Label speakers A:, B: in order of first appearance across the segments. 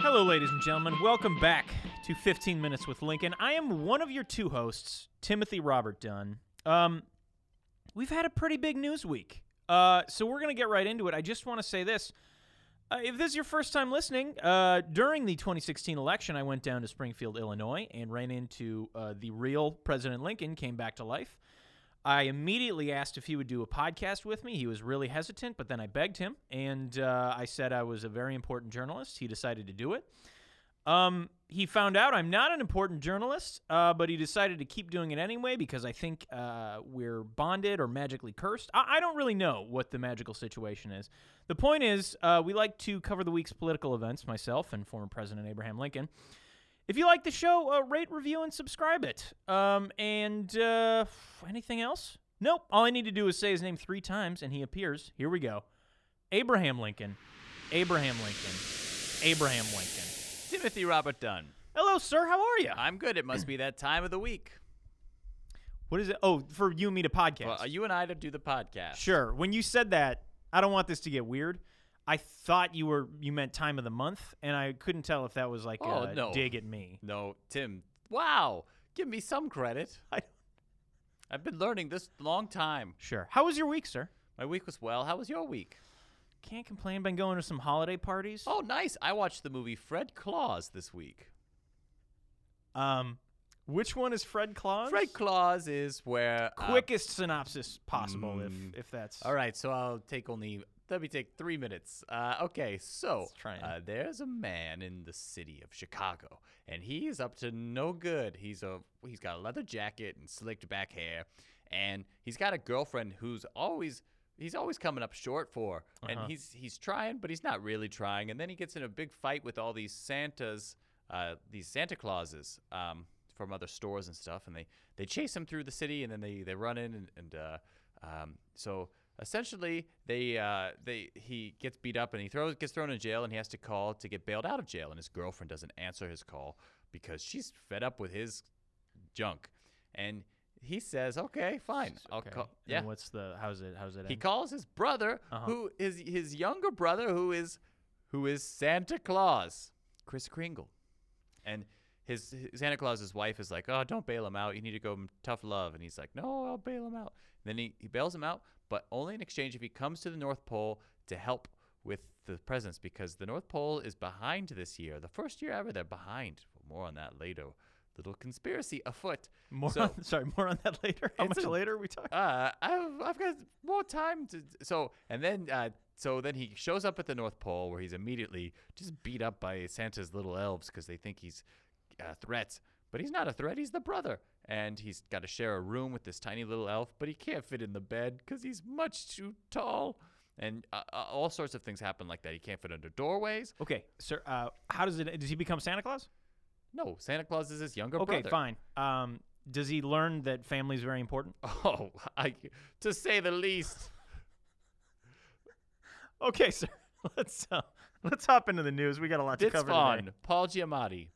A: Hello, ladies and gentlemen. Welcome back to 15 Minutes with Lincoln. I am one of your two hosts, Timothy Robert Dunn. Um, we've had a pretty big news week, uh, so we're going to get right into it. I just want to say this. Uh, if this is your first time listening, uh, during the 2016 election, I went down to Springfield, Illinois, and ran into uh, the real President Lincoln, came back to life. I immediately asked if he would do a podcast with me. He was really hesitant, but then I begged him, and uh, I said I was a very important journalist. He decided to do it. Um, he found out I'm not an important journalist, uh, but he decided to keep doing it anyway because I think uh, we're bonded or magically cursed. I-, I don't really know what the magical situation is. The point is, uh, we like to cover the week's political events, myself and former President Abraham Lincoln. If you like the show, uh, rate, review, and subscribe it. Um, and uh, anything else? Nope. All I need to do is say his name three times, and he appears. Here we go. Abraham Lincoln. Abraham Lincoln. Abraham Lincoln.
B: Timothy Robert Dunn.
A: Hello, sir. How are you?
B: I'm good. It must be that time of the week.
A: What is it? Oh, for you and me to podcast.
B: Well, uh, you and I to do the podcast.
A: sure. When you said that, I don't want this to get weird. I thought you were you meant time of the month, and I couldn't tell if that was like
B: Oh,
A: a
B: no.
A: dig at me.
B: No, Tim. Wow. Give me some credit.
A: I,
B: I've been learning this long time.
A: sure. How was your week, sir?
B: My week was well. How was your week?
A: Can't complain. Been going to some holiday parties.
B: Oh, nice. I watched the movie Fred Claus this week.
A: Um, which one is Fred Claus?
B: Fred Claus is where uh,
A: Quickest synopsis possible,
B: Mm.
A: if if that's
B: All right, so I'll take only let me take three minutes. Uh, okay, so
A: Let's try and-
B: uh, there's a man in the city of Chicago, and he is up to no good. He's a he's got a leather jacket and slicked back hair, and he's got a girlfriend who's always he's always coming up short for, and
A: Uh-huh.
B: he's he's trying, but he's not really trying. And then he gets in a big fight with all these Santas, uh, these Santa Clauses. Um, from other stores and stuff, and they, they chase him through the city, and then they, they run in, and, and uh, um, so essentially, they uh, they he gets beat up, and he throws gets thrown in jail, and he has to call to get bailed out of jail, and his girlfriend doesn't answer his call because she's fed up with his junk, and he says, "Okay, fine, I'll
A: Okay.
B: call."
A: And
B: Yeah,
A: What's the how's it how's it?
B: he
A: end?
B: calls his brother,
A: Uh-huh.
B: who is his younger brother, who is who is Santa Claus, Chris Kringle, and his, his Santa Claus's wife is like, "Oh, don't bail him out. You need to go m- tough love." And he's like, "No, I'll bail him out." then he, he bails him out, but only in exchange if he comes to the North Pole to help with the presents because the North Pole is behind this year, the first year ever they're behind. More on that later. Little conspiracy afoot.
A: more
B: so-
A: on, sorry, more on that later. How
B: It's
A: much
B: a-
A: later are we talking?
B: uh, I've, I've got more time to. So, and then, uh, so then he shows up at the North Pole where he's immediately just beat up by Santa's little elves because they think he's uh, threats. But he's not a threat, he's the brother. And he's got to share a room with this tiny little elf, but he can't fit in the bed because he's much too tall. And uh, uh, all sorts of things happen like that. He can't fit under doorways.
A: okay, sir. Uh, how does it? Does he become Santa Claus?
B: No, Santa Claus is his younger
A: Okay,
B: Oh, brother.
A: fine. Um, does he learn that family is very important?
B: Oh, I, to say the least.
A: Okay, sir. Let's uh, let's hop into the news. We got a lot to
B: Ditz
A: cover
B: Vaughn,
A: today.
B: Paul Giamatti,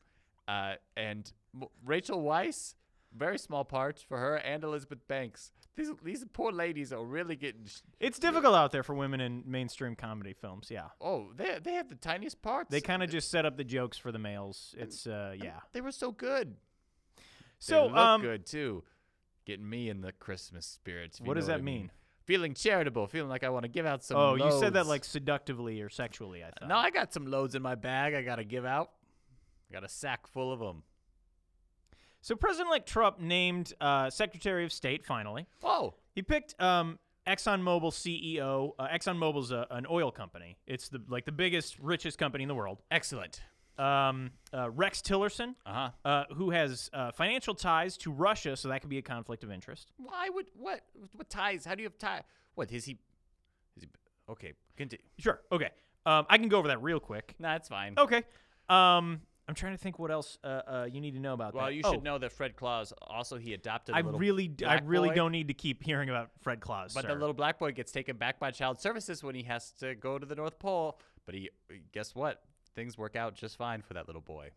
B: uh, and M- Rachel Weisz. Very small parts for her and Elizabeth Banks. These these poor ladies are really getting. Sh-
A: It's difficult out there for women in mainstream comedy films. Yeah,
B: oh, they they have the tiniest parts.
A: they kind of just set up the jokes for the males. It's uh, yeah.
B: uh, they were so good.
A: So
B: they look
A: um,
B: good too. Getting me in the Christmas spirit. if you
A: what does
B: know
A: that
B: I
A: mean?
B: Feeling charitable, feeling like I want to give out some.
A: Oh, you said that
B: loads.
A: like seductively or sexually. I thought.
B: No, I got some loads in my bag. I gotta give out. I got a sack full of them.
A: So President-elect Trump named uh, Secretary of State finally.
B: Oh,
A: He picked um, ExxonMobil CEO. Uh, ExxonMobil's a, an oil company. It's the like the biggest, richest company in the world.
B: excellent.
A: Um, uh, Rex Tillerson,
B: Uh huh.
A: uh, who has uh, financial ties to Russia, so that could be a conflict of interest.
B: Why would what what ties? How do you have tie? What is he? Is he okay? Continue.
A: Sure. Okay. Um, I can go over that real quick.
B: Nah, it's fine.
A: Okay. Um, I'm trying to think what else uh, uh, you need to know about
B: well,
A: that.
B: you
A: Oh,
B: should know that Fred Claus also he adopted. a
A: I
B: little
A: really, d- I
B: black
A: really
B: boy,
A: don't need to keep hearing about Fred Claus.
B: But
A: sir.
B: the little black boy gets taken back by Child Services when he has to go to the North Pole. But he, guess what? Things work out just fine for that little boy.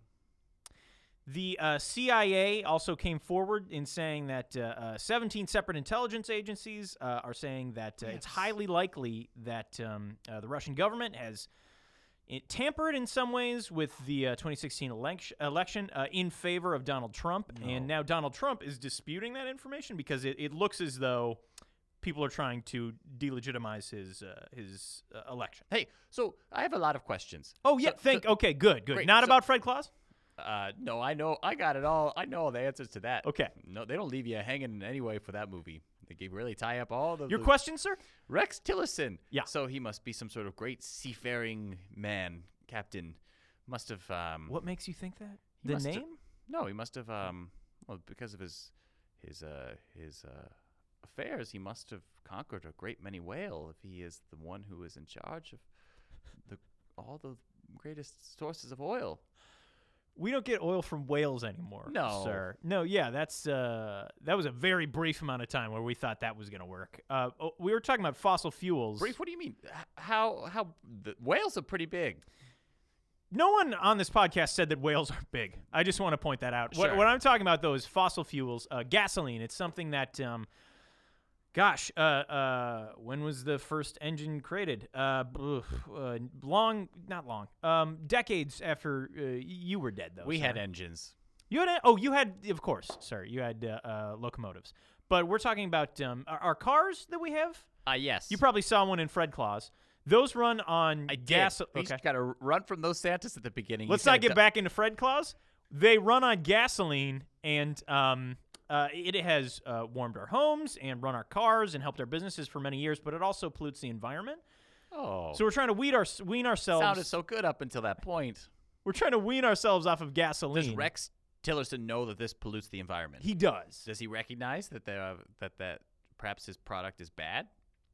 A: The uh, CIA also came forward in saying that uh, uh, 17 separate intelligence agencies uh, are saying that uh, it's
B: Yes.
A: highly likely that um, uh, the Russian government has it tampered in some ways with the uh, 2016 elec- election uh, in favor of Donald Trump. And now Donald Trump is disputing that information because it, it looks as though people are trying to delegitimize his uh, his uh, election.
B: Hey, so I have a lot of questions.
A: Oh yeah,
B: So-
A: thank. okay, good, good.
B: Great,
A: Not
B: so-
A: about Fred Claus.
B: Uh, no, I know. I got it all. I know all the answers to that.
A: Okay.
B: No, they don't leave you hanging in any way for that movie. They can really tie up all the.
A: Your
B: the-
A: question, sir?
B: Rex Tillerson.
A: Yeah.
B: So he must be some sort of great seafaring man, captain. Must have. Um,
A: What makes you think that?
B: he
A: The
B: must have-
A: name?
B: no, he must have. Um, well, because of his his uh, his uh, affairs, he must have conquered a great many whale. If he is the one who is in charge of the all the greatest sources of oil.
A: We don't get oil from whales anymore,
B: No.
A: sir. No, yeah, that's uh, that was a very brief amount of time where we thought that was going to work. Uh, oh, we were talking about fossil fuels.
B: Brief. What do you mean? H- How how the whales are pretty big.
A: No one on this podcast said that whales are big. I just want to point that out. What,
B: Sure.
A: what I'm talking about though is fossil fuels, uh, gasoline. It's something that, um, gosh, uh, uh, when was the first engine created? Uh, b- uh, long, not long, um, decades after uh, you were dead though.
B: we had
A: sir.
B: engines.
A: You had oh, you had of course. Sorry, you had uh, uh, locomotives. But we're talking about um, our, our cars that we have.
B: Ah, yes.
A: You probably saw one in Fred Claus. Those run on
B: I
A: gas.
B: did.
A: Okay.
B: You got to run from those Santas at the beginning. You
A: Let's
B: said
A: not
B: it
A: get
B: do-
A: back into Fred Claus. They run on gasoline, and um, uh, it has uh, warmed our homes and run our cars and helped our businesses for many years. But it also pollutes the environment.
B: Oh,
A: So we're trying to weed our wean ourselves.
B: sounded so good up until that point.
A: we're trying to wean ourselves off of gasoline.
B: Does Rex Tillerson know that this pollutes the environment?
A: he does.
B: Does he recognize that there are, that that perhaps his product is bad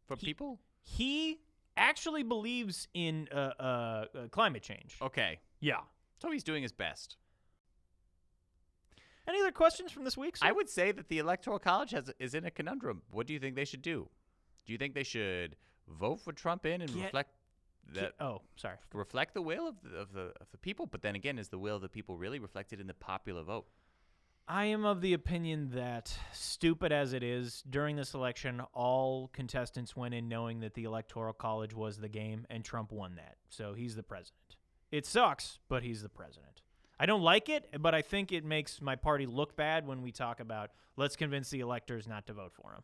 B: for people?
A: He actually believes in uh, uh, uh, climate change.
B: Okay,
A: Yeah.
B: so he's doing his best.
A: Any other questions from this week? sir?
B: I would say that the Electoral College has is in a conundrum. What do you think they should do? Do you think they should vote for Trump in and
A: Get-
B: reflect that?
A: oh, sorry.
B: reflect the will of the, of the of the people, but then again, is the will of the people really reflected in the popular vote?
A: I am of the opinion that, stupid as it is, during this election, all contestants went in knowing that the Electoral College was the game, and Trump won that. So he's the president. It sucks, but he's the president. I don't like it, but I think it makes my party look bad when we talk about let's convince the electors not to vote for him.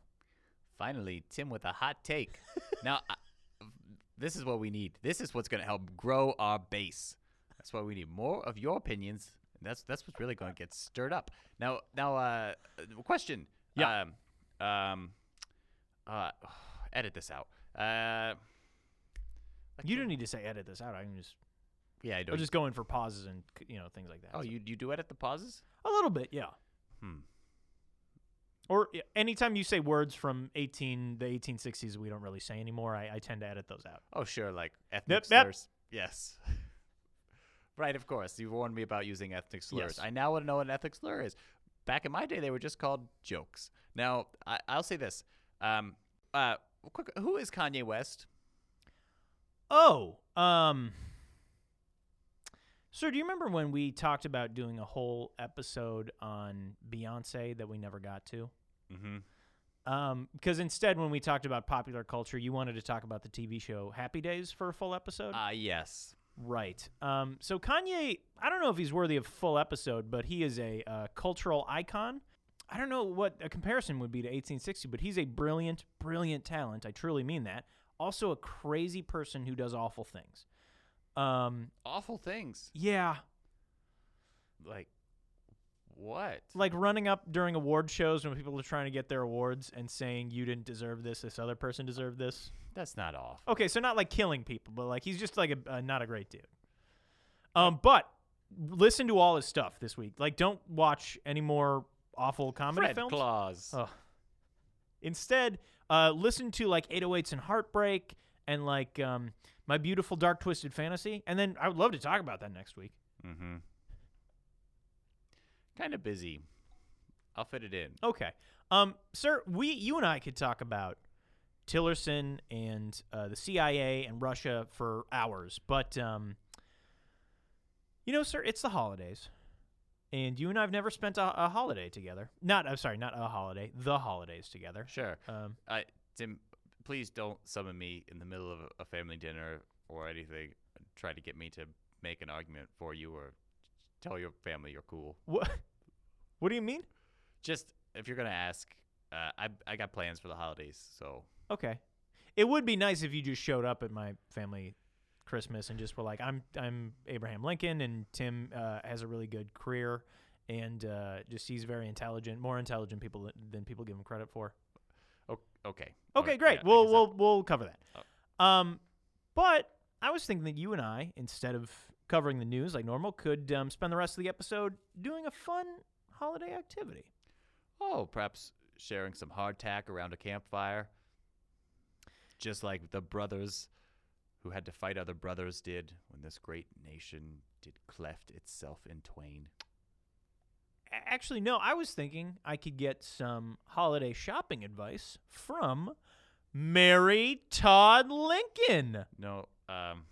B: Finally, Tim with a hot take. now, I, this is what we need. This is what's going to help grow our base. That's why we need more of your opinions. That's that's what's really going to get stirred up. Now, now, uh, uh, question.
A: Yeah.
B: Um, um, uh, edit this out. Uh,
A: You don't need to say edit this out. I can just
B: yeah, I
A: I'll
B: don't.
A: just go in for pauses and you know things like that.
B: oh,
A: So-
B: you you do edit the pauses?
A: A little bit, yeah.
B: Hmm.
A: Or yeah, anytime you say words from 18 the 1860s, we don't really say anymore. I, I tend to edit those out.
B: Oh, sure, like
A: Yep,
B: ethnic
A: yep.
B: slurs. Yes. right, of course. You warned me about using ethnic slurs.
A: Yes.
B: I now want to know what an ethnic slur is. Back in my day, they were just called jokes. Now, I, I'll say this. Um, uh, quick, who is Kanye West?
A: Oh, um, sir, do you remember when we talked about doing a whole episode on Beyonce that we never got to?
B: Mm-hmm.
A: Um, because instead, when we talked about popular culture, you wanted to talk about the TV show Happy Days for a full episode,
B: Ah, yes.
A: right? Um, so Kanye, I don't know if he's worthy of full episode, but he is a uh, cultural icon. I don't know what a comparison would be to 1860, but he's a brilliant, brilliant talent. I truly mean that. Also, a crazy person who does awful things. Um,
B: Awful things.
A: yeah,
B: Like, what?
A: like running up during award shows when people are trying to get their awards and saying you didn't deserve this, this other person deserved this.
B: That's not awful.
A: Okay, so not like killing people, but like he's just like a uh, not a great dude. Um, but listen to all his stuff this week. Like, don't watch any more awful comedy
B: Fred
A: films. Oh.
B: Claus.
A: Ugh. Instead, uh, listen to like 808s and Heartbreak and like um, My Beautiful Dark Twisted Fantasy, and then I would love to talk about that next week.
B: Mm-hmm. Kind of busy. I'll fit it in.
A: Okay. Um, sir, we you and I could talk about Tillerson and uh, the CIA and Russia for hours, but um, you know, sir, it's the holidays, and you and I've never spent a, a holiday together. Not, I'm sorry, not a holiday, the holidays together.
B: Sure.
A: Um,
B: I, Tim, please don't summon me in the middle of a- a family dinner or anything try to get me to make an argument for you or tell your family you're cool.
A: What? What do you mean?
B: Just if you're gonna ask, uh, I I got plans for the holidays, so
A: Okay. It would be nice if you just showed up at my family Christmas and just were like, "I'm I'm Abraham Lincoln, and Tim uh, has a really good career, and uh, just he's very intelligent, more intelligent people than, than people give him credit for."
B: o- okay.
A: Okay,
B: Alright,
A: great.
B: yeah, I
A: we'll
B: Oh. guess that-
A: we'll we'll cover that. Um, but I was thinking that you and I, instead of covering the news like normal, could um, spend the rest of the episode doing a fun holiday activity.
B: oh, perhaps sharing some hardtack around a campfire, just like the brothers who had to fight other brothers did when this great nation did cleft itself in twain.
A: A- Actually, no. I was thinking I could get some holiday shopping advice from Mary Todd Lincoln.
B: No, um,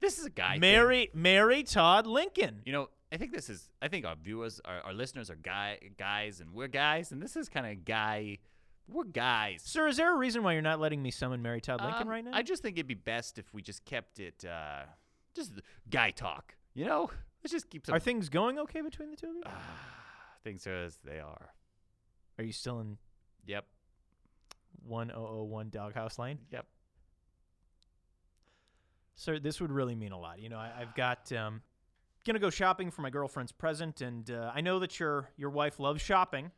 B: this is a guy. thing.
A: Mary Mary Todd Lincoln.
B: You know, I think this is. I think our viewers, our, our listeners, are guy guys, and we're guys, and this is kind of guy. We're guys.
A: Sir, is there a reason why you're not letting me summon Mary Todd Lincoln
B: Um,
A: right now?
B: I just think it'd be best if we just kept it uh, just th- guy talk. You know, let's just keep some.
A: Are things going okay between the two of you?
B: Ah, things are as they are.
A: Are you still in
B: Yep.
A: 1001 Doghouse Lane?
B: Yep.
A: Sir, this would really mean a lot. You know, I, I've got um, gonna go shopping for my girlfriend's present, and uh, I know that your your wife loves shopping,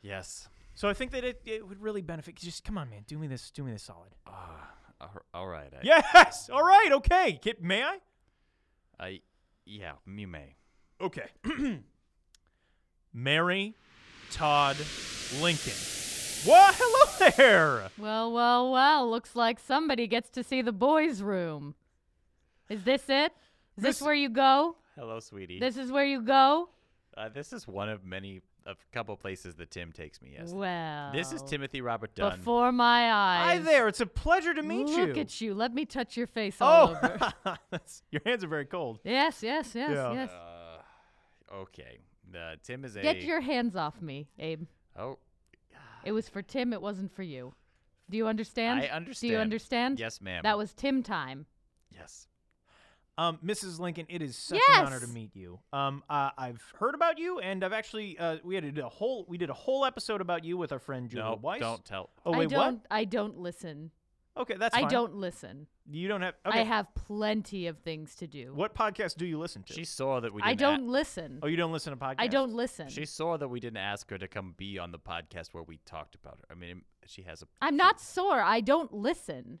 B: Yes.
A: so I think that it, it would really benefit. Just come on, man, do me this, do me this solid.
B: Ah, ar- all right. I,
A: Yes. All right. Okay. Ki- May I?
B: I, yeah. You may.
A: Okay. Mary Todd Lincoln. Well, hello there.
C: Well, well, well. Looks like somebody gets to see the boys' room. Is this it? Is this,
A: This-
C: where you go?
B: Hello, sweetie.
C: This is where you go?
B: uh, this is one of many, a couple places that Tim takes me. Yes.
C: Well.
B: This is Timothy Robert Dunn.
C: Oh. Before my eyes.
A: Hi there. It's a pleasure to meet you.
C: Look at you. Let me touch your face all
A: oh,
C: over.
A: that's- your hands are very cold.
C: yes, yes, yes,
A: Yeah.
C: yes.
B: Uh, okay. Uh, Tim is a.
C: Get your hands off me, Abe.
B: Oh,
C: It was for Tim, it wasn't for you. Do you understand?
B: I understand.
C: Do you understand?
B: Yes, ma'am.
C: That was Tim time.
B: Yes.
A: Um, Mrs. Lincoln, it is such an honor to
C: Yes!
A: meet you. Um, uh, I've heard about you, and I've actually uh, we had a whole we did a whole episode about you with our friend Julia
B: No,
A: Weiss.
B: don't tell.
A: Oh
C: I
A: wait,
C: don't I don't listen.
A: what? Okay, that's
C: I
A: fine.
C: don't listen.
A: You don't have. Okay.
C: I have plenty of things to do.
A: What podcast do you listen to?
B: She saw that we. Didn't
C: I don't
B: a-
C: listen.
A: oh, you don't listen to podcasts.
C: I don't listen.
B: she saw that we didn't ask her to come be on the podcast where we talked about her. I mean, she has a.
C: I'm not sore. I don't listen.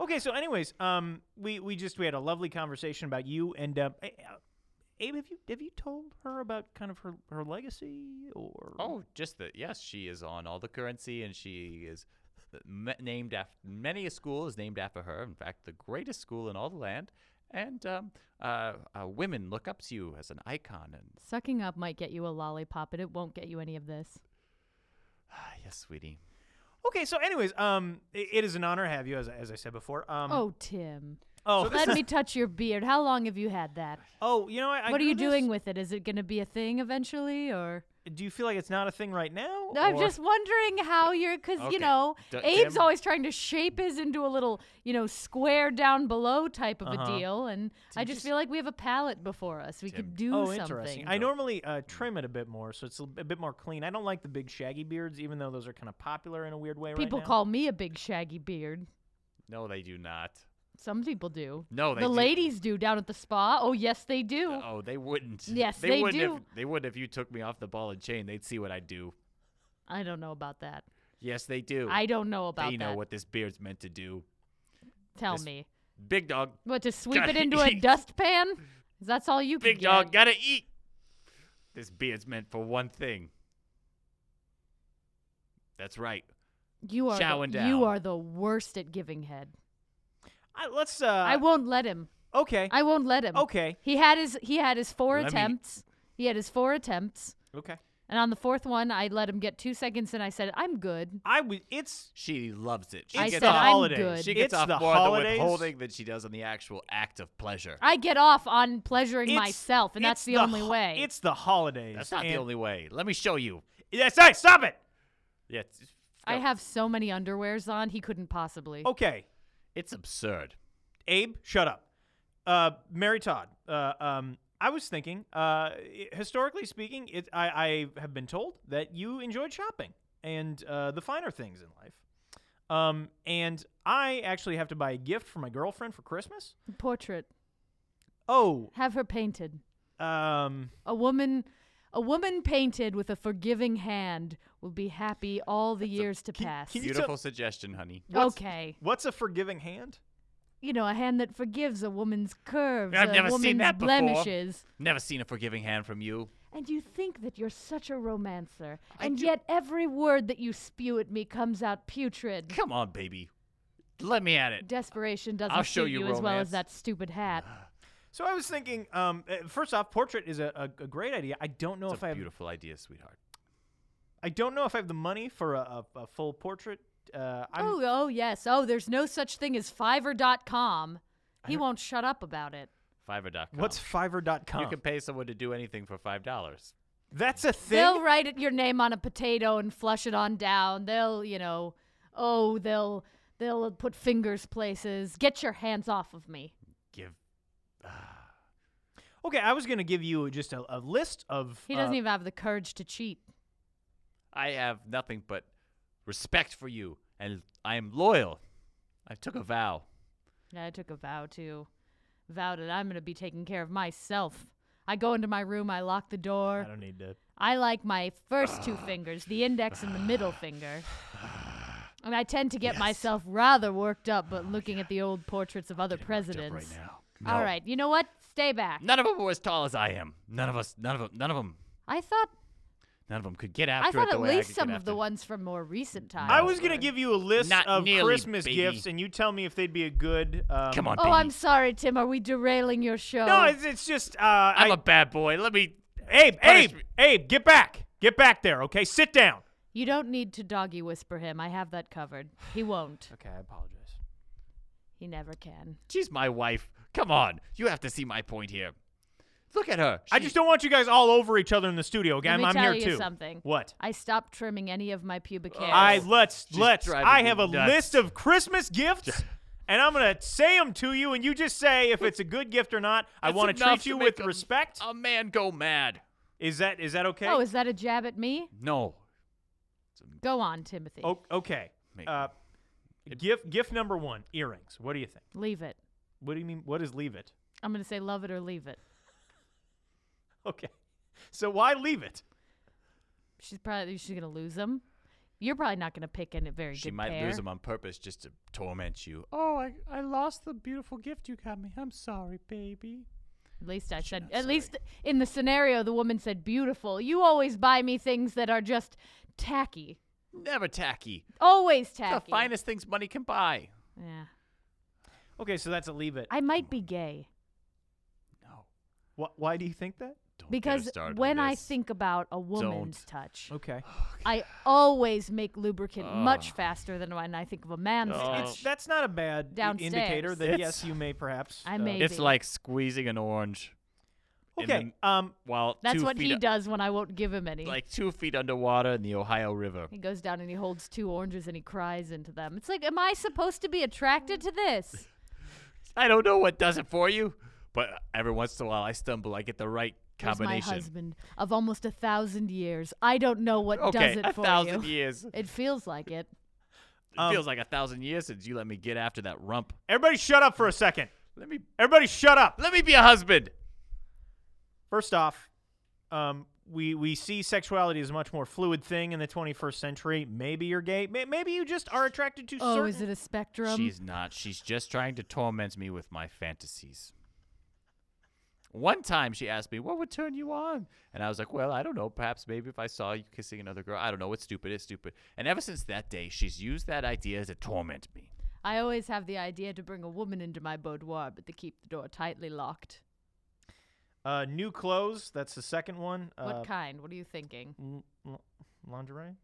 A: Okay, so anyways, um, we we just we had a lovely conversation about you and um, A- uh, Abe. Have you have you told her about kind of her her legacy or?
B: Oh, just that. Yes, she is on all the currency, and she is m- named after many a school is named after her. In fact, the greatest school in all the land. And um, uh, uh, women look up to you as an icon. And
C: Sucking up might get you a lollipop, but it won't get you any of this.
B: yes, sweetie.
A: Okay, so anyways, um, i it is an honor to have you as I- as I said before. Um,
C: oh, Tim.
A: oh,
C: Let me touch your beard. How long have you had that?
A: oh, you know, I, I
C: what are
A: grew
C: you
A: this-
C: doing with it? Is it going to be a thing eventually, or?
A: Do you feel like it's not a thing right now?
C: I'm
A: or-
C: just wondering how you're, because
B: Okay.
C: you know,
B: D-
C: Abe's
B: Tim?
C: always trying to shape his into a little, you know, square down below type of
A: Uh-huh.
C: a deal, and I just,
B: just-
C: feel like we have a palette before us. We
B: Tim.
C: could do
A: oh,
C: something.
A: interesting. I normally uh, trim it a bit more, so it's a, a bit more clean. I don't like the big shaggy beards, even though those are kind of popular in a weird way
C: People
A: right now.
C: call me a big shaggy beard.
B: No, they do not.
C: Some people do.
B: No, they
C: the
B: do.
C: ladies do down at the spa. Oh yes, they do.
B: Oh, they wouldn't.
C: Yes, they
B: wouldn't
C: do.
B: If, they would if you took me off the ball and chain. They'd see what I do.
C: I don't know about that.
B: Yes, they do.
C: I don't know about
B: they
C: that.
B: know what this beard's meant to do.
C: Tell
B: this-
C: me
B: Big dog,
C: what to sweep
B: Gotta
C: it into a
B: eat.
C: dustpan. That's all you can
B: big
C: get.
B: dog, gotta eat. This beard's meant for one thing. That's right.
C: you are
B: chowing
C: the,
B: down.
C: you are the worst at giving head.
A: I, let's. Uh,
C: I won't let him.
A: okay.
C: I won't let him.
A: okay.
C: He had his he had his four
B: Let me-
C: attempts. He had his four attempts,
A: Okay.
C: and on the fourth one, I let him get two seconds, and I said, "I'm good.
A: I would. It's
B: She loves it. She
C: I
B: gets
C: said
B: off.
C: I'm
A: holidays.
C: good.
B: She gets
A: it's
B: off
A: the
B: more
A: holidays.
B: on the withholding than she does on the actual act of pleasure.
C: I get off on pleasuring
A: It's-
C: myself, and that's
A: it's
C: the, only
A: ho-
C: way."
A: It's the holidays.
B: That's not the
A: and-
B: only way. Let me show you.
A: Yes, hey, stop it.
B: Yes. Oh.
C: I have so many underwears on, he couldn't possibly.
A: Okay.
B: It's absurd.
A: Abe, shut up. Uh, Mary Todd. Uh, um, I was thinking, uh, i- historically speaking, it, I, I have been told that you enjoyed shopping and uh, the finer things in life. Um, and I actually have to buy a gift for my girlfriend for Christmas.
C: Portrait.
A: Oh,
C: Have her painted.
A: um,
C: A woman, a woman painted with a forgiving hand will be happy all the years to
A: can-
C: pass.
A: can you tell-
B: Beautiful suggestion, honey.
A: what's-
C: okay,
A: What's a forgiving hand?
C: you know, a hand that forgives a woman's curves,
B: I've
C: a
B: never seen
C: woman's
B: that before.
C: blemishes.
B: Never seen a forgiving hand from you.
C: And you think that you're such a romancer,
B: I
C: and
B: do-
C: yet every word that you spew at me comes out putrid.
B: Come on, baby. Let me at it.
C: Desperation doesn't
B: I'll show
C: suit
B: you
C: you as well as
B: romance.
C: that stupid hat.
A: So I was thinking, um, uh, first off, portrait is a, a, a great idea. I don't know
B: It's
A: if
B: a
A: I have,
B: beautiful idea, sweetheart.
A: I don't know if I have the money for a, a, a full portrait. Uh, I'm,
C: oh, oh yes. Oh, there's no such thing as Fiverr.com. He won't shut up about it.
B: Fiverr.com.
A: What's Fiverr.com?
B: You can pay someone to do anything for five dollars.
A: That's a thing.
C: They'll write it, your name on a potato and flush it on down. They'll, you know, oh, they'll they'll put fingers places. Get your hands off of me.
B: Give.
A: okay, I was gonna give you just a, a list of.
C: He doesn't
A: uh,
C: even have the courage to cheat.
B: I have nothing but respect for you, and I am loyal. I took a vow.
C: And I took a vow to vow that I'm going to be taking care of myself. I go into my room, I lock the door.
A: I don't need to.
C: I like my first two fingers, the index and the middle finger. And I tend to get myself rather worked up, but looking at the old portraits of other
B: Jump
C: presidents.
B: right now.
C: All
B: No.
C: right, you know what? Stay back.
B: None of them were as tall as I am. None of us. None of them. None of them.
C: I thought
B: None of them could get after
C: I thought
B: it the
C: at
B: way I
C: least
B: could
C: some
B: get
C: of the
B: after it.
C: ones from more recent times.
A: I was
C: were.
A: gonna give you a list
B: Not
A: of
B: nearly,
A: Christmas
B: baby.
A: gifts, and you tell me if they'd be a good. Um,
B: Come on,
C: Oh,
B: baby.
C: I'm sorry, Tim. Are we derailing your show?
A: No, it's, it's just. Uh, I,
B: I'm a bad boy. Let me.
A: Abe,
B: punish
A: Abe,
B: me.
A: Abe, get back, get back there. Okay, sit down.
C: you don't need to doggy whisper him. I have that covered. He won't.
A: Okay, I apologize.
C: He never can.
B: She's my wife. Come on. You have to see my point here. Look at her.
A: I
B: She-
A: just don't want you guys all over each other in the studio. Okay,
C: Let
A: I'm,
C: me
A: I'm
C: tell
A: here
C: you
A: too.
C: something.
A: What?
C: I stopped trimming any of my pubic hair.
A: I let's
B: She's
A: let's.
B: driving
A: I
B: me
A: have a
B: nuts.
A: list of Christmas gifts, and I'm gonna say them to you, and you just say if it's a good gift or not. I
B: That's
A: want to
B: enough
A: treat you
B: make
A: with
B: a- Oh.
A: respect.
B: A man go mad.
A: Is that is that okay?
C: Oh, is that a jab at me?
B: No.
C: Go on, Timothy.
B: Oh.
A: O- okay.
B: Make-
A: Uh, gift gift number one: earrings. What do you think?
C: Leave it.
A: What do you mean? What is leave it?
C: I'm going to say love it or leave it.
A: Okay. So why leave it?
C: She's probably she's going to lose them. You're probably not going to pick any very
B: She
C: good
B: might
C: pair.
B: lose him on purpose just to torment you.
D: Oh, I, I lost the beautiful gift you got me. I'm sorry, baby.
C: At least I said.
B: not
C: At
B: sorry.
C: least in the scenario, the woman said beautiful. You always buy me things that are just tacky.
B: Never tacky.
C: Always
B: It's
C: tacky.
B: The finest things money can buy.
C: Yeah.
A: Okay, so that's a leave it.
C: I might be gay
B: No.
A: Wh- why do you think that?
B: Don't
C: because when I think about a woman's touch,
A: Okay.
C: I always make lubricant much
B: Oh.
C: faster than when I think of a man's
B: It's-
C: touch.
A: It's, that's not a bad i- indicator
C: Downstairs.
A: that
B: It's-
A: yes, you may perhaps.
C: I
A: uh,
C: may-
B: it's
C: Baby.
B: like squeezing an orange in
A: Okay. Um.
B: while
C: That's
B: two
C: what
B: feet
C: he
B: u-
C: does when I won't give him any.
B: like two feet underwater in the Ohio River.
C: He goes down and he holds two oranges and he cries into them. It's like, am I supposed to be attracted to this?
B: I don't know what does it for you, but every once in a while I stumble. I get the right
C: There's my
B: combination.
C: husband of almost a thousand years. I don't know what
B: okay,
C: does it
B: a
C: for
B: thousand
C: you.
B: years. It
C: It feels like it.
A: Um,
B: feels like a thousand years since you let me get after that rump.
A: Everybody, shut up for a second.
B: Let me
A: Everybody, shut up.
B: let me be a husband.
A: First off, um, we we see sexuality as a much more fluid thing in the 21st century. Maybe you're gay. May- Maybe you just are attracted to
C: Oh,
A: certain.
C: is it a spectrum?
B: She's not. She's just trying to torment me with my fantasies. One time she asked me, What would turn you on? And I was like, Well, I don't know. Perhaps maybe if I saw you kissing another girl. I don't know. It's stupid. It's stupid. And ever since that day, she's used that idea to torment me.
C: I always have the idea to bring a woman into my boudoir, but they keep the door tightly locked.
A: uh, new clothes. That's the second one. uh,
C: what kind? What are you thinking?
A: l- l- lingerie.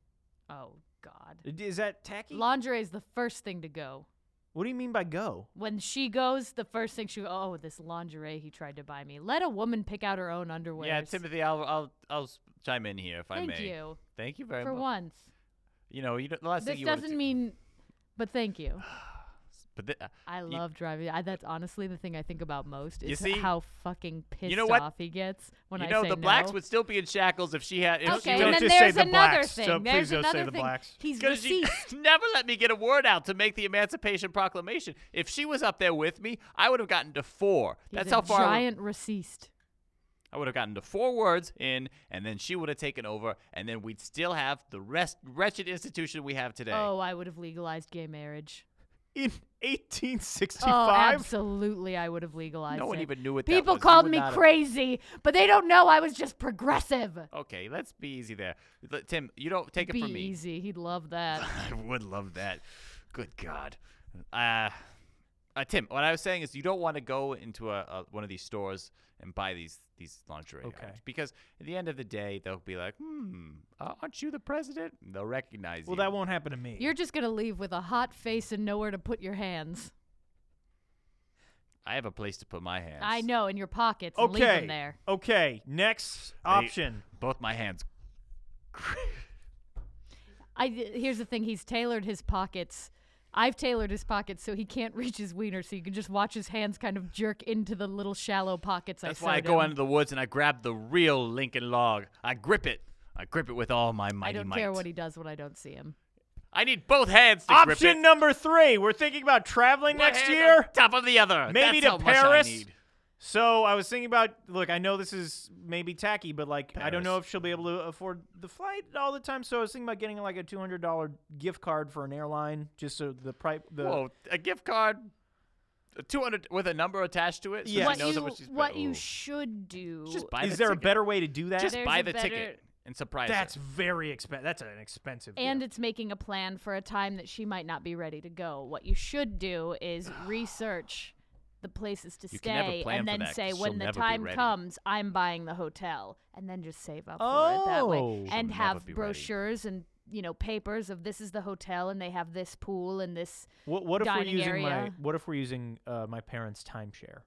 C: Oh, God.
A: Is that tacky?
C: Lingerie is the first thing to go.
A: what do you mean by go?
C: When she goes, the first thing she goes, oh, this lingerie he tried to buy me. Let a woman pick out her own underwear.
B: Yeah, Timothy, I'll, I'll, I'll s- chime in here if I
C: Thank
B: may.
C: you.
B: Thank you very
C: For
B: much.
C: once.
B: You know, you don't, the last thing
C: This
B: you wanna
C: doesn't
B: do-
C: mean, but thank you.
B: But th- uh,
C: I
B: you-
C: love driving. I, that's honestly the thing I think about most
B: You
C: is
B: see-
C: how fucking pissed
B: know what?
C: off he gets when
B: you
C: I
B: know
C: say
B: the blacks
C: no.
B: would still be in shackles if she had. If
C: Okay,
B: she
C: and
B: don't
C: then
B: just
A: say
C: there's
A: the
C: another
A: blacks.
C: thing.
A: Don't-
C: there's
A: please don't say
C: another
A: the
C: thing.
A: blacks.
C: He's
B: Because she
C: deceased.
B: never let me get a word out to make the Emancipation Proclamation. If she was up there with me, I would have gotten to four.
C: He's
B: That's
C: a
B: how far I would-
C: Giant receipt.
B: I would have gotten to four words in, and then she would have taken over, and then we'd still have the rest wretched institution we have today.
C: Oh, I would have legalized gay marriage.
A: In
C: Oh,
A: 1865.
C: absolutely, I would have legalized.
B: No one
C: it.
B: even knew what that
C: People
B: was. You
C: called
B: were
C: me
B: not a-
C: crazy, but they don't know I was just progressive.
B: Okay, let's be easy there. L- Tim, you don't take
C: Be
B: it from me.
C: easy. He'd love that.
B: I would love that. Good God. Uh, uh, Tim, what I was saying is you don't want to go into a, a one of these stores and buy these these lingerie
A: Okay.
B: items because at the end of the day they'll be like, "Hmm, uh, aren't you the president?" They'll recognize
A: Well,
B: you.
A: that won't happen to me.
C: You're just gonna leave with a hot face and nowhere to put your hands.
B: I have a place to put my hands.
C: I know in your pockets. And leave
A: okay.
C: them there.
A: Okay. Next
B: They-
A: option.
B: both my hands.
C: I here's the thing. He's tailored his pockets. I've tailored his pockets so he can't reach his wiener, so you can just watch his hands kind of jerk into the little shallow pockets.
B: That's
C: I
B: why I
C: sewed
B: go
C: him.
B: into the woods and I grab the real Lincoln log. I grip it. I grip it with all my mighty
C: I don't
B: might.
C: care what he does when I don't see him.
B: I need both hands to grip it.
A: Option number three. We're thinking about traveling
B: One
A: next
B: hand
A: year.
B: on top of the other.
A: Maybe
B: That's
A: to
B: how much I
A: Paris?
B: need.
A: So I was thinking about look, I know this is maybe tacky, but like I don't
B: Paris.
A: know if she'll be able to afford the flight all the time. So I was thinking about getting like a two hundred dollar gift card for an airline, just so the price. The
B: Whoa, a gift card, two hundred with a number attached to it. So
A: Yeah.
B: she
A: What
C: What
B: knows
C: you,
B: how much she's
C: what
B: spent.
C: you
B: Ooh.
C: should do.
B: just buy
A: is
B: the
A: there a
B: ticket.
A: better way to do that?
B: Just
C: There's
B: buy
C: a
B: the ticket
C: better-
B: and surprise
A: That's
B: her.
A: very expensive. That's an expensive.
C: and
A: gift.
C: it's making a plan for a time that she might not be ready to go. What you should do is research the places to
B: You can never
C: stay
B: plan
C: and
B: for
C: then
B: that,
C: say
B: 'cause
C: when
B: she'll
C: the
B: never be
C: time
B: ready.
C: comes I'm buying the hotel and then just save up for it that
A: Oh.
C: way
A: She'll
C: and
B: never
C: have
B: be ready.
C: brochures and you know papers of this is the hotel and they have this pool and this
A: What, what if we're
C: dining
A: using my?
C: area.
A: What if we're using uh, my parents' timeshare?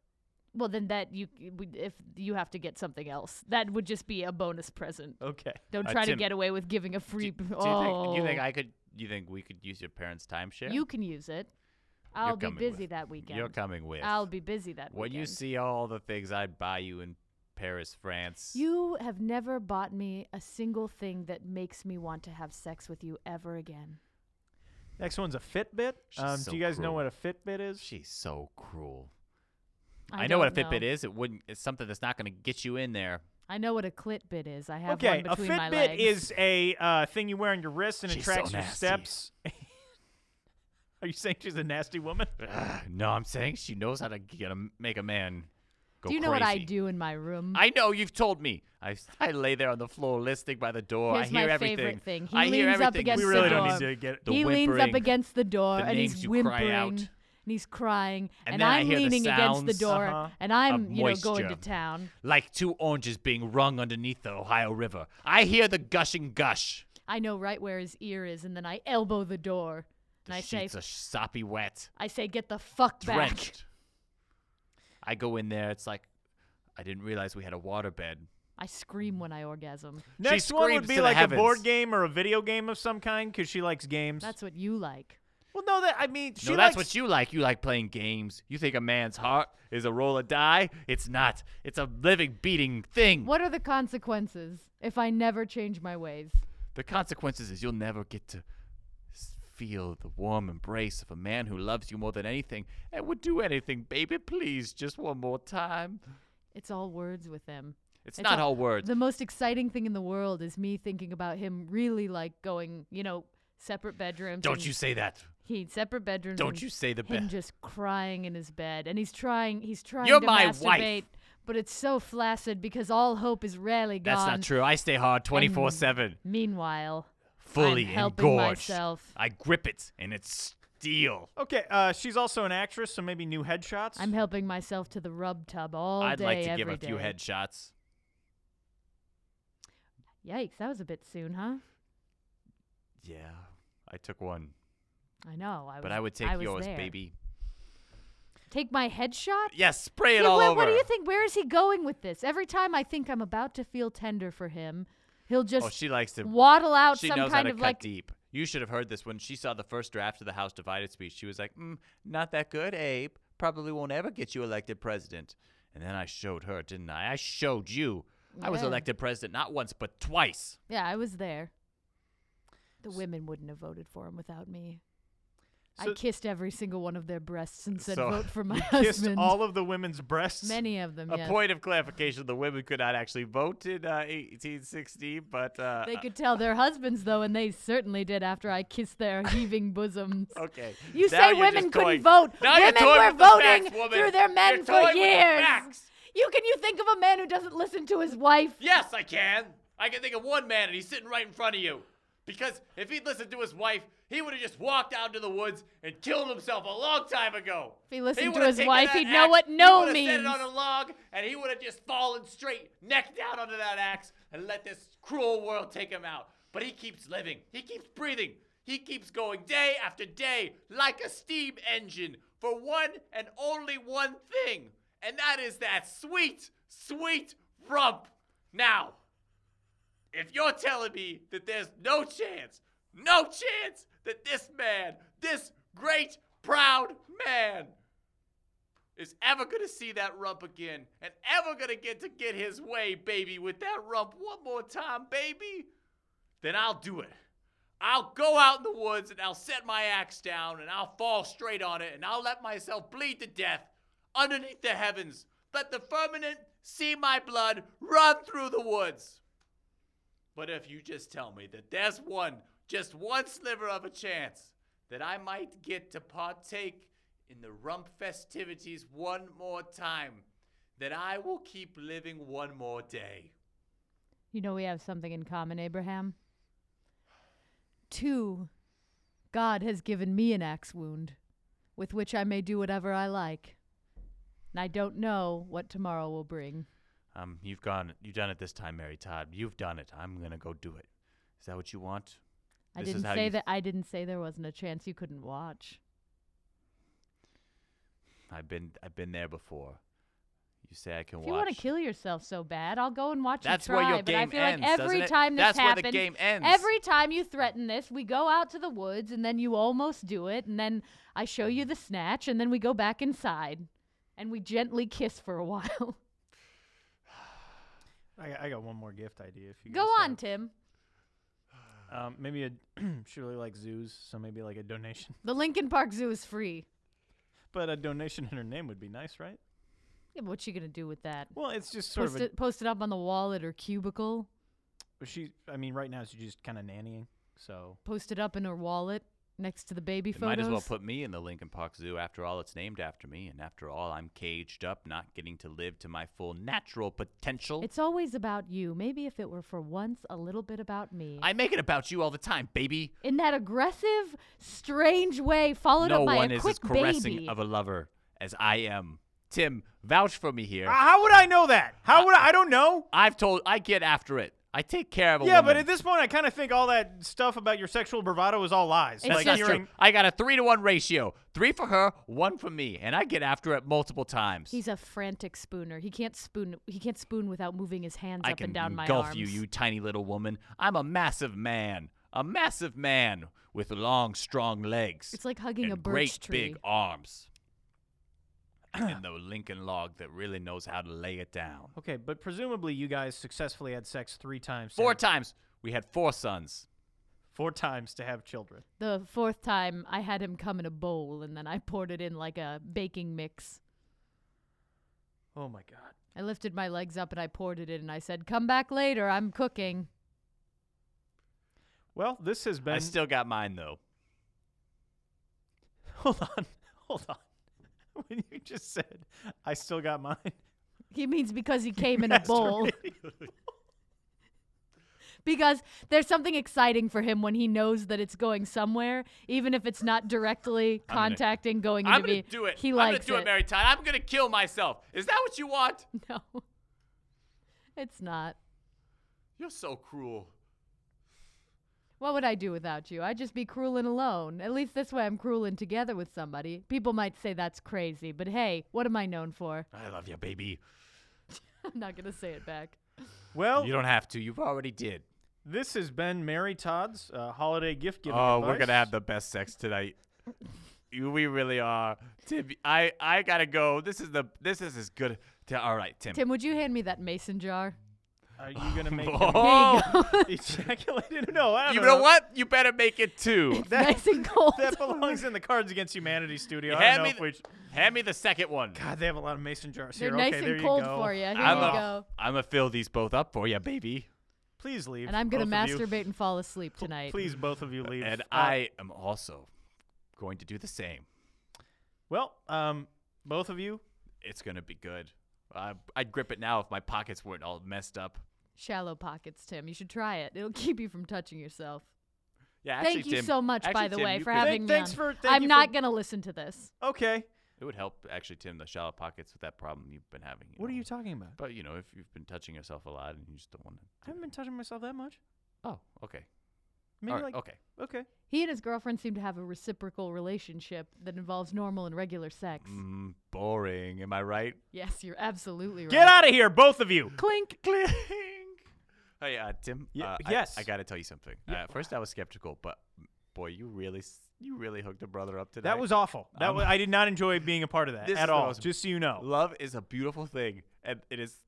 C: well then that you we- if you have to get something else that would just be a bonus present
A: Okay.
C: don't
B: Uh,
C: try to
B: Tim,
C: get away with giving a
B: Do,
C: free
B: do you
C: oh
B: think, do you think I could? You think we could use your parents' timeshare?
C: you can use it
B: You're
C: I'll be
B: coming
C: busy
B: with.
C: that weekend
B: You're coming with.
C: I'll be busy that
B: when
C: weekend.
B: you see all the things I'd buy you in Paris, France.
C: You have never bought me a single thing that makes me want to have sex with you ever again.
A: Next one's a Fitbit.
B: She's
A: Um,
B: so
A: do you guys know
B: cruel.
A: what a Fitbit is?
B: She's so cruel. I, know what a Fitbit is. It wouldn't. It's something that's not going to get you in there.
C: I know what a clit bit is. I have
A: okay,
C: one
A: a
C: between my
A: Fitbit
C: legs.
A: is a uh, thing you wear on your wrist and it
B: She's so
A: tracks your
B: nasty.
A: steps. Are you saying she's a nasty woman?
B: no, I'm saying she knows how to get a, make a man go
C: Do you know what I
B: crazy.
C: do in my room?
B: I know you've told me. I, I lay there on the floor, listening by the door.
C: Here's
B: I hear
C: my
B: everything.
C: favorite thing. He
B: I hear
C: leans
B: everything.
C: up against
A: We really
C: the
A: don't
C: door.
A: need to get
B: the
C: he leans up
B: whimpering,
C: against the door
B: the
C: and
B: names
C: he's
B: you cry
C: whimpering
B: out.
C: and he's crying
B: And
C: and
B: then I
C: I'm
B: hear the
C: leaning against the
B: sounds
C: door
A: Uh-huh.
C: and I'm you know going
B: moisture.
C: to town.
B: like two oranges being wrung underneath the Ohio River. I hear the gushing gush.
C: I know right where his ear is and then I elbow the door
B: The
C: and I say
B: sheets are soppy wet,
C: I say get the fuck back.
B: drenched. I go in there. It's like I didn't realize we had a waterbed.
C: I scream when I orgasm.
B: She
A: Next one would
B: screams
A: be
B: to the
A: like a board
B: heavens.
A: game or a video game of some kind because she likes games.
C: That's what you like.
A: well, no, that I mean, she
B: no, that's
A: likes-
B: what you like. You like playing games. You think a man's heart is a roll of die? It's not. It's a living, beating thing.
C: What are the consequences if I never change my ways?
B: The consequences is you'll never get to s- feel the warm embrace of a man who loves you more than anything and would do anything, baby. Please, just one more time.
C: It's all words with him.
B: It's, not all, words.
C: The most exciting thing in the world is me thinking about him really like going, you know, separate bedrooms.
B: Don't
C: and
B: you say that.
C: He separate bedrooms.
B: Don't
C: and
B: you say the
C: him
B: bed.
C: just crying in his bed, and he's trying. He's trying
B: You're
C: to
B: my
C: masturbate,
B: wife.
C: but it's so flaccid because all hope is rarely gone.
B: That's not true. I stay hard 24 7,
C: Meanwhile,
B: fully
C: I'm helping
B: engorged.
C: myself.
B: I grip it and it's steel.
A: Okay, uh, she's also an actress, so maybe new headshots.
C: I'm helping myself to the rub tub all
B: I'd
C: day.
B: like to give
C: every
B: a few
C: day.
B: headshots.
C: Yikes! That was a bit soon, huh?
B: Yeah, I took one,
C: I know. I was,
B: but I would take
C: was
B: yours,
C: there.
B: baby.
C: Take my headshot?
B: Yes, spray it
C: Yeah,
B: all
C: what,
B: over.
C: what do you think? Where is he going with this? Every time I think I'm about to feel tender for him, he'll just
B: Oh, she likes to.
C: waddle out
B: she
C: some
B: knows
C: kind
B: how to
C: of
B: cut
C: like
B: deep. You should have heard this when she saw the first draft of the House divided speech. She was like, mm, "Not that good, Abe. Probably won't ever get you elected president." And then I showed her, didn't I? I showed you. I was
C: Yeah.
B: elected president not once but twice.
C: Yeah, I was there. The women wouldn't have voted for him without me.
A: So-
C: I kissed every single one of their breasts and said,
B: So,
C: "Vote for my
A: Kissed
C: husband."
A: all of the women's breasts.
C: Many of them.
B: A
C: yes.
B: point of clarification: the women could not actually vote in uh, 1860, but uh,
C: They could tell their husbands though, and they certainly did after I kissed their heaving bosoms.
B: okay.
C: You
B: Now
C: say
B: you're just
C: women couldn't
B: toying-
C: vote.
B: Now you're
C: women
B: toying
C: were
B: with the
C: voting
B: facts, woman.
C: through their men
B: You're toying
C: for
B: with the
C: years.
B: facts.
C: You can you think of a man who doesn't listen to his wife?
B: Yes, I can. I can think of one man, and he's sitting right in front of you. Because if he'd listened to his wife, he would have just walked out into the woods and killed himself a long time ago.
C: If he listened to
B: would've
C: his
B: taken
C: wife,
B: that
C: he'd know what
B: he
C: no
B: would've set it
C: means.
B: on a log, and he would have just fallen straight, neck down onto that axe, and let this cruel world take him out. But he keeps living. He keeps breathing. He keeps going day after day like a steam engine for one and only one thing, and that is that sweet, sweet rump. Now, if you're telling me that there's no chance, no chance that this man, this great, proud man, is ever going to see that rump again and ever going to get to get his way, baby, with that rump one more time, baby, then I'll do it. I'll go out in the woods and I'll set my axe down and I'll fall straight on it and I'll let myself bleed to death underneath the heavens. Let the firmament see my blood run through the woods. But if you just tell me that there's one, just one sliver of a chance that I might get to partake in the rump festivities one more time, then I will keep living one more day.
C: You know we have something in common, Abraham. Two, God has given me an axe wound, with which I may do whatever I like. And I don't know what tomorrow will bring.
B: Um, you've gone, you've done it this time, Mary Todd. You've done it. I'm gonna go do it. Is that what you want?
C: I
B: This is
C: didn't
B: how
C: say
B: you-
C: that I didn't say there wasn't a chance you couldn't watch.
B: I've been, I've been there before. You say I can
C: If
B: watch.
C: you want to kill yourself so bad, I'll go and watch
B: That's
C: you
B: where
C: try.
B: your
C: but I
B: game
C: feel
B: ends,
C: like
B: doesn't
C: every
B: it?
C: time this
B: That's where the
C: happens,
B: game ends.
C: every time you threaten this, we go out to the woods and then you almost do it, and then I show you the snatch, and then we go back inside, and we gently kiss for a while.
A: I, I got one more gift idea. If you
C: go
A: guys
C: on,
A: have-
C: Tim.
A: Um, maybe a surely like zoos, so maybe like a donation.
C: The Lincoln Park Zoo is free.
A: But a donation in her name would be nice, right?
C: Yeah, but what you gonna do with that?
A: Well, it's just sort
C: Post
A: of. A,
C: it, post it up on the wall at her cubicle.
A: she. I mean, right now she's just kind of nannying. So
C: Post it up in her wallet next to the baby
B: They
C: photos.
B: Might as well put me in the Lincoln Park Zoo. After all, it's named after me, and after all, I'm caged up, not getting to live to my full natural potential.
C: It's always about you. Maybe if it were for once a little bit about me.
B: I make it about you all the time, baby.
C: in that aggressive, strange way, followed
B: no
C: up by
B: one
C: a
B: is
C: quick
B: as caressing
C: baby.
B: of a lover as I am. Tim, vouch for me here.
C: Ah.
A: how would I know that? How would I? I don't know.
B: I've told. I get after it. I take care of a
A: Yeah,
B: woman.
A: but at this point, I kind of think all that stuff about your sexual bravado is all lies.
C: It's
B: That's
A: like
B: not
A: hearing,
B: true. I got a three to one ratio. Three for her, one for me, and I get after it multiple times.
C: He's a frantic spooner. He can't spoon. He can't spoon without moving his hands
B: I
C: up
B: can
C: and down my
B: engulf
C: arms.
B: you, you tiny little woman. I'm a massive man, a massive man with long, strong legs.
C: It's like hugging
B: and
C: a birch
B: great
C: tree.
B: big arms. and the Lincoln log that really knows how to lay it down.
A: Okay, but presumably you guys successfully had sex three times. to
B: Four
A: have-
B: times we had four sons.
A: Four times to have children.
C: the fourth time, I had him come in a bowl, and then I poured it in like a baking mix.
A: Oh my god.
C: I lifted my legs up and I poured it in, and I said, "Come back later. I'm cooking."
A: Well, this has been.
B: I still got mine though.
A: hold on, hold on. When you just said, "I still got mine,"
C: He means because he came in a bowl.
A: Masturbating.
C: because there's something exciting for him when he knows that it's going somewhere, even if it's not directly
B: I'm gonna-
C: contacting going into
B: I'm gonna
C: me.
B: do it.
C: He
B: I'm
C: likes
B: gonna do it, Mary Todd. I'm gonna kill myself. Is that what you want?
C: No, it's not.
B: You're so cruel.
C: What would I do without you? I'd just be cruel and alone. At least this way, I'm cruel and together with somebody. People might say that's crazy, but hey, what am I known for?
B: I love you, baby.
C: I'm not gonna say it back.
A: Well, Oh.
B: You don't have to. You've already did.
A: This has been Mary Todd's uh, holiday gift giving.
B: Oh, we're
A: advice.
B: gonna have the best sex tonight. You- we really are. Tim, I I gotta go. This is the this is as good. Ti- all right, Tim.
C: Tim, would you hand me that mason jar?
A: Are you gonna make him
B: oh,
A: ejaculate? No, I don't
B: you know what? You better make it two.
A: That,
C: nice and cold.
A: that belongs in the Cards Against Humanity studio. I don't
B: Hand
A: know
B: me
A: if
B: the-
A: we. sh-
B: Hand me the second one.
A: God, they have a lot of mason jars
C: They're
A: here.
C: nice
A: okay, there
C: and
A: you
C: cold
A: go.
C: for you. Here
B: I'm
C: you
B: a-
C: go.
B: I'm gonna fill these both up for you, baby.
A: Please leave.
C: And I'm gonna
A: both of you.
C: masturbate and fall asleep tonight.
A: Please, both of you leave.
B: And
A: Uh,
B: I am also going to do the same.
A: Well, um, both of you.
B: It's gonna be good. I, I'd grip it now if my pockets weren't all messed up.
C: Shallow pockets, Tim. You should try it. It'll keep you from touching yourself.
B: Yeah, actually,
C: thank you
B: Tim-
C: so much, by
B: actually,
C: the
B: Tim,
C: way,
B: you
C: for
B: could-
C: having
A: Thank-
C: me.
A: thanks
C: on.
A: for- thank
C: I'm
A: you
C: not
A: for-
C: gonna listen to this.
A: Okay.
B: It would help actually, Tim, the shallow pockets with that problem you've been having.
A: What are
B: know.
A: you talking about?
B: But you know, if you've been touching yourself a lot and you just don't want
A: I
B: to.
A: haven't been touching myself that much.
B: Oh, okay.
A: Maybe
B: All right,
A: like
B: okay.
A: okay.
C: He and his girlfriend seem to have a reciprocal relationship that involves normal and regular sex.
B: Mm, boring. Am I right?
C: Yes, you're absolutely right.
A: Get out of here, both of you.
C: Clink.
B: Clink. Hey, uh, Tim.
A: Ye-
B: uh, I-
A: yes.
B: I, got to tell you something. Uh, at first, I was skeptical, but boy, you really, s- you really hooked a brother up today.
A: That was awful. That
B: Um,
A: was, I did not enjoy being a part of that
B: This is
A: at
B: the
A: all.
B: most-
A: Just so you know.
B: Love is a beautiful thing, and it is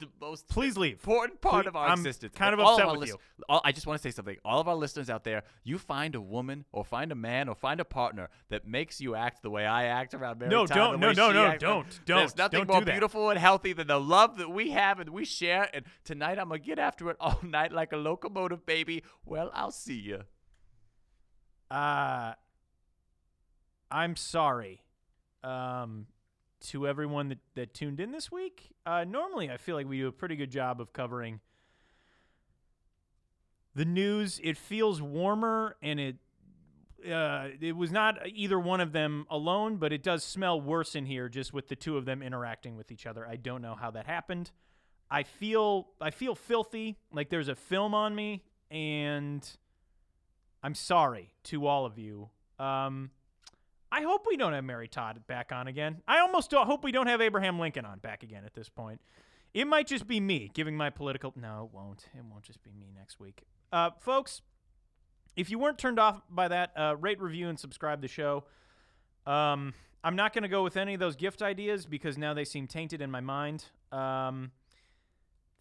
B: the most
A: Please leave.
B: important part
A: Please-
B: of our
A: I'm
B: existence.
A: kind
B: And
A: of
B: all
A: upset
B: our
A: with
B: lis- all- I just want to say something. All of our listeners out there, you find a woman or find a man or find a partner that makes you act the way I act around Mary.
A: No,
B: Todd,
A: don't-
B: the
A: no,
B: way
A: no,
B: she
A: no,
B: acts.
A: don't,
B: There's
A: don't,
B: nothing
A: don't do
B: more
A: that.
B: beautiful and healthy than the love that we have and we share. And tonight I'm gonna get after it all night like a locomotive, baby. Well, I'll see you.
A: Uh, I'm sorry um, to everyone that, that tuned in this week. Uh, normally, I feel like we do a pretty good job of covering the news. It feels warmer, and it uh, it was not either one of them alone, but it does smell worse in here just with the two of them interacting with each other. I don't know how that happened. I feel I feel filthy, like there's a film on me, and I'm sorry to all of you. Um, I hope we don't have Mary Todd back on again. I almost don't- hope we don't have Abraham Lincoln on back again at this point. It might just be me giving my political. No, it won't. It won't just be me next week. Uh, folks, if you weren't turned off by that, uh, rate, review, and subscribe the show. Um, I'm not going to go with any of those gift ideas because now they seem tainted in my mind. Um,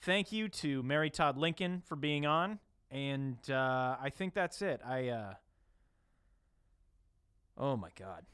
A: thank you to Mary Todd Lincoln for being on, and uh, I think that's it. I uh, oh my god.